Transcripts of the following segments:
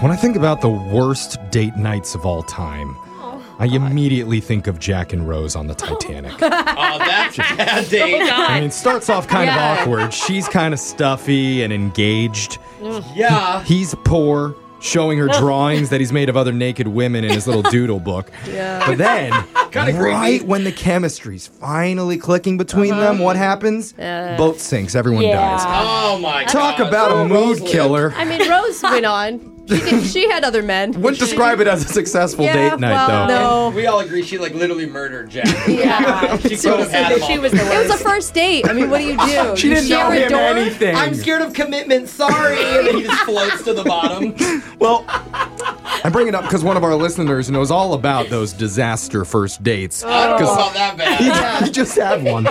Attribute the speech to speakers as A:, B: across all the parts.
A: When I think about the worst date nights of all time,
B: Oh,
A: I immediately think of Jack and Rose on the Titanic.
C: Oh, that's a bad date.
D: Oh,
A: I mean, it starts off kind
B: Yeah.
A: of awkward. She's kind of stuffy and engaged.
C: Yeah.
A: He's poor, showing her drawings that he's made of other naked women in his little doodle book.
B: Yeah.
A: But then,
C: Kinda creepy.
A: right when the chemistry's finally clicking between them, what happens? Boat sinks, everyone
B: Uh-huh. Yeah.
A: dies.
C: Oh my
A: Talk
C: god.
A: about
C: Oh,
A: a mood
C: Rosalind.
A: killer.
B: I mean, Rose went on. She, did, she had other men.
A: Wouldn't describe it as a successful
B: Yeah,
A: date night,
B: well,
A: though.
B: No.
C: We all agree she like literally murdered Jack.
D: Yeah.
C: She could have had him all.
D: she was the worst.
B: It was a first date. I mean, what do you do?
A: She
B: You
A: didn't
B: share
A: know
B: a
A: him
B: door?
A: anything.
C: I'm scared of commitment. Sorry, and then he just floats to the bottom.
A: Well, I bring it up because one of our listeners knows all about those disaster first dates.
C: Oh. I don't know
A: 'Cause
C: about that bad.
A: he, he just had one.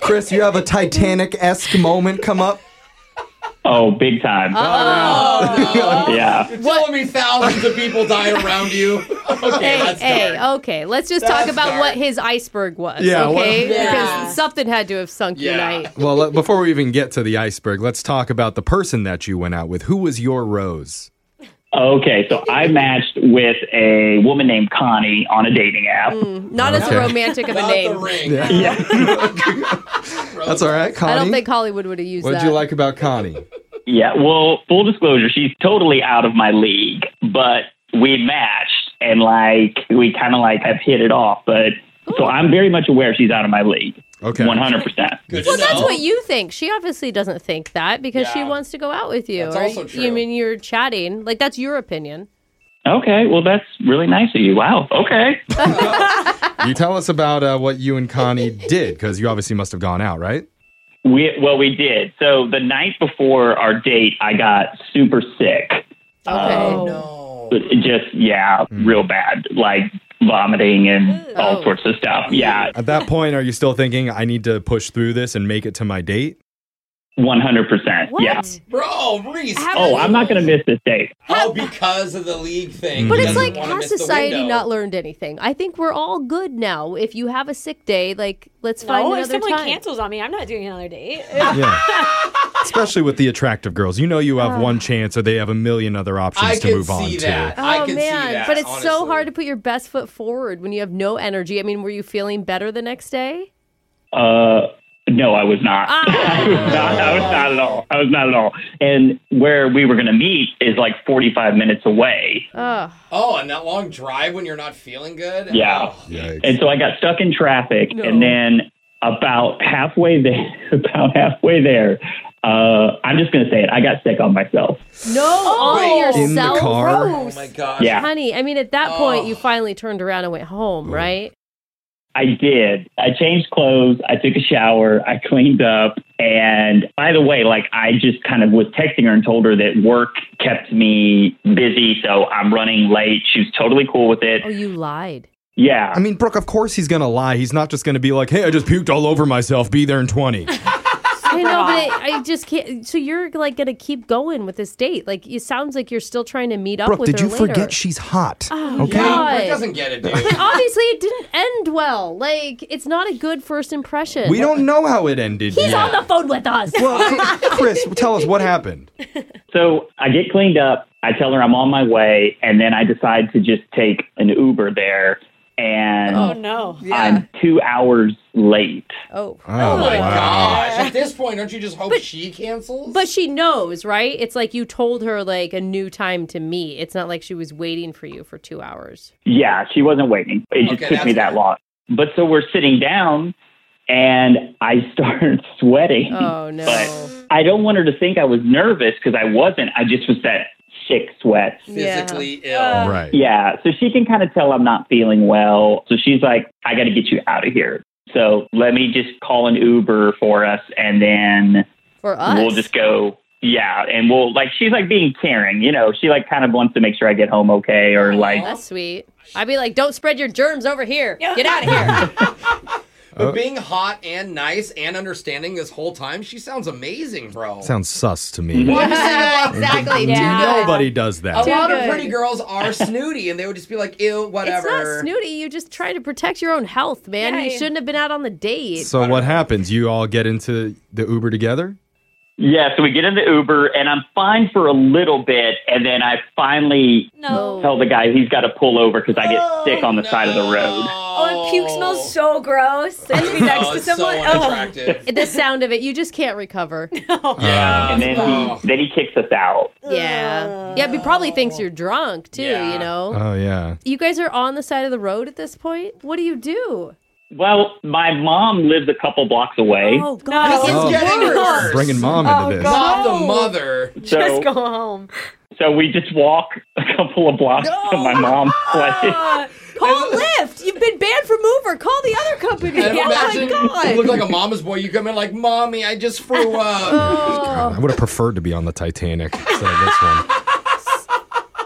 A: Chris, you have a Titanic esque moment come up.
E: Oh, big time. Yeah.
C: You're telling me thousands of people die around you. Okay,
D: Hey,
C: that's
D: hey,
C: dark.
D: okay. Let's just
C: That's
D: talk about
C: dark.
D: what his iceberg was,
A: Yeah, what-
D: okay?
A: Yeah.
D: Because something had to have sunk
C: Yeah.
D: tonight.
A: Well, let- before we even get to the iceberg, let's talk about the person that you went out with. Who was your rose?
E: Okay, so I matched with a woman named Connie on a dating app.
D: Not as
A: Okay.
D: a romantic of a
C: Not the
D: oh, name.
C: ring.
E: Yeah.
A: That's all right, Connie.
D: I don't think Hollywood would have used
A: What
D: that.
A: did you like about Connie?
E: Yeah, well, full disclosure, she's totally out of my league, but we matched and like we kind of like have hit it off, but so I'm very much aware she's out of my league.
A: Okay.
E: 100%.
C: Good
D: Well,
C: to
D: that's
C: know.
D: what you think. She obviously doesn't think that because she
C: Yeah.
D: wants to go out with you.
C: That's
D: or
C: also
D: you-
C: true.
D: You mean you're chatting? Like that's your opinion.
E: Okay, well that's really nice of you. Wow. Okay.
A: You tell us about uh, what you and Connie did because you obviously must have gone out, right?
E: We well we did. So the night before our date, I got super sick.
D: Okay.
C: Oh, No.
E: Just yeah, real bad. Like vomiting and all
D: Oh.
E: sorts of stuff. Yeah,
A: At that point, are you still thinking I need to push through this and make it to my date?
E: 100%.
D: What?
E: Yeah.
C: Bro, Reese.
D: How-
E: Oh, I'm not going to miss this date.
C: Oh, because of the league
A: Mm.
C: thing.
D: But
C: He
D: it's
C: doesn't
D: like,
C: wanna
D: has
C: miss the
D: society
C: window.
D: not learned anything? I think we're all good now. If you have a sick day, like let's find
F: No, if
D: another
F: someone
D: time.
F: cancels on me, I'm not doing another date.
A: Yeah. Especially with the attractive girls. You know you have one chance or they have a million other options
C: I
A: to
C: can
A: move on
C: see
A: to.
C: that.
D: Oh
C: I can see
D: man,
C: that,
D: but it's so
C: honestly.
D: hard to put your best foot forward when you have no energy. I mean, were you feeling better the next day?
E: Uh, no, I was not.
D: Ah.
E: I was not. I was not at all. I was not at all. And where we were going to meet is like 45 minutes away.
D: Ugh.
C: Oh, and that long drive when you're not feeling good?
E: Yeah.
C: Oh.
A: Yikes.
E: And so I got stuck in traffic,
D: No.
E: and then about halfway there, about halfway there, uh, I'm just going to say it. I got sick on myself.
D: No, all
C: wait.
D: yourself,
A: In the car?
C: Oh my gosh.
E: Yeah.
D: honey. I mean, at that point,
C: Oh.
D: you finally turned around and went home, right?
E: I did. I changed clothes. I took a shower. I cleaned up. And by the way, like I just kind of was texting her and told her that work kept me busy. So I'm running late. She was totally cool with it.
D: Oh, you lied.
E: Yeah.
A: I mean, Brooke, of course he's going to lie. He's not just going to be like, hey, I just puked all over myself. Be there in 20.
D: I know, but it, I just can't. So you're like gonna keep going with this date? Like it sounds like you're still trying to meet up
A: Brooke,
D: with
A: did
D: her
A: you
D: later.
A: forget she's hot?
D: Oh,
A: Okay.
C: Yeah, Brooke
D: God.
C: doesn't get it,
E: Oh,
C: dude.
D: But obviously, it didn't end well. Like it's not a good first impression.
A: We don't know how it ended
D: He's
A: yet.
D: on the phone with us.
A: well, Cr- Chris, tell us what happened.
E: So I get cleaned up. I tell her I'm on my way. And then I decide to just take an Uber there. And
F: oh no.
E: I'm two hours late.
D: Oh.
A: Oh,
C: my
A: wow.
C: gosh. At this point, don't you just hope she cancels?
D: But she knows, right? It's like you told her like a new time to meet. It's not like she was waiting for you for two hours.
E: Yeah, she wasn't waiting. It
C: Okay,
E: just took me
C: that's
E: that
C: good.
E: long. But so we're sitting down and I started sweating.
D: Oh no.
E: But I don't want her to think I was nervous because I wasn't. I just was that sick sweat.
C: physically
F: Uh,
C: ill.
A: Right.
E: Yeah. So she can kind of tell I'm not feeling well. So she's like, I got to get you out of here. So let me just call an Uber for us and then
D: For us.
E: we'll just go. Yeah. And we'll like, she's like being caring, you know, she like kind of wants to make sure I get home okay or like,
D: That's sweet. I'd be like, don't spread your germs over here. Get out of here.
C: But
E: Oh.
C: being hot and nice and understanding this whole time, she sounds amazing, bro.
A: Sounds sus to me.
D: exactly.
A: Nobody does
C: a
A: that.
C: lot of
D: good.
C: pretty girls are snooty and they would just be like, ew,
D: It's
C: whatever.
D: not snooty. You just try to protect your own health, man. You
F: Yeah.
D: shouldn't have been out on the date.
A: So what happens? You all get into the Uber together?
E: Yeah, so we get in the Uber, and I'm fine for a little bit, and then I finally
F: No.
E: tell the guy he's got to pull over because I get sick on the side of the road.
F: Oh, and puke smells so gross. And to be next
C: oh,
F: to
C: it's so
F: someone. oh.
C: unattractive.
B: The sound of it, you just can't recover.
C: Yeah.
E: And then
C: Oh.
E: he then he kicks us out.
B: Yeah. Yeah, he probably thinks you're drunk too,
C: Yeah.
B: you know?
A: Oh, yeah.
B: you guys are on the side of the road at this point? What do you do?
E: Well, my mom lives a couple blocks away,
B: Oh, God.
F: No.
C: This is
A: Oh.
C: getting worse.
A: Bringing mom
F: Oh,
A: into this.
C: Not
F: God.
C: the
F: No.
C: mother.
E: so
F: Just go home.
E: so we just walk a couple of blocks to my mom's place.
F: Uh,
B: Call Lyft. You've been banned from Uber. Call the other company.
C: And
B: oh
C: imagine
B: my
C: you
B: god.
C: look like a mama's boy. You come in like, mommy, I just threw
B: Oh.
C: up.
A: God, I would have preferred to be on the Titanic instead of this one.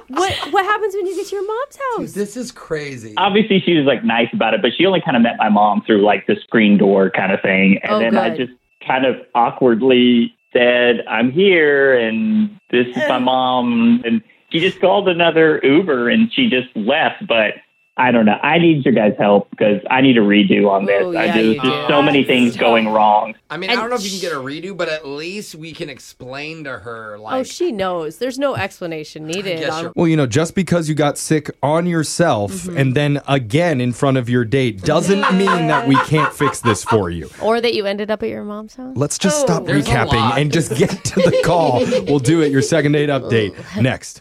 D: What what happens when you get to your mom's house?
C: this is crazy.
B: Um,
E: Obviously, she was like nice about it, but she only kind of met my mom through like the screen door kind of thing, and
B: Oh,
E: then I
B: good.
E: just kind of awkwardly said, "I'm here," and this is my mom, and she just called another Uber, and she just left, but. I don't know. I need your guys' help because I need a redo on this.
B: Oh,
E: I
B: yeah,
E: do.
B: you
E: There's just
B: do.
E: so many things going wrong.
C: I mean, I
B: and
C: don't know if you can get a redo, but at least we can explain to her, like,
B: Oh, she knows. There's no explanation needed.
C: yes,
B: on-
C: you're
A: Well, you know, just because you got sick on yourself and then again in front of your date doesn't mean that we can't fix this for you.
B: or that you ended up at your mom's house.
A: Let's just stop
C: There's a lot.
A: recapping and just get to the call. we'll do it your second date update next.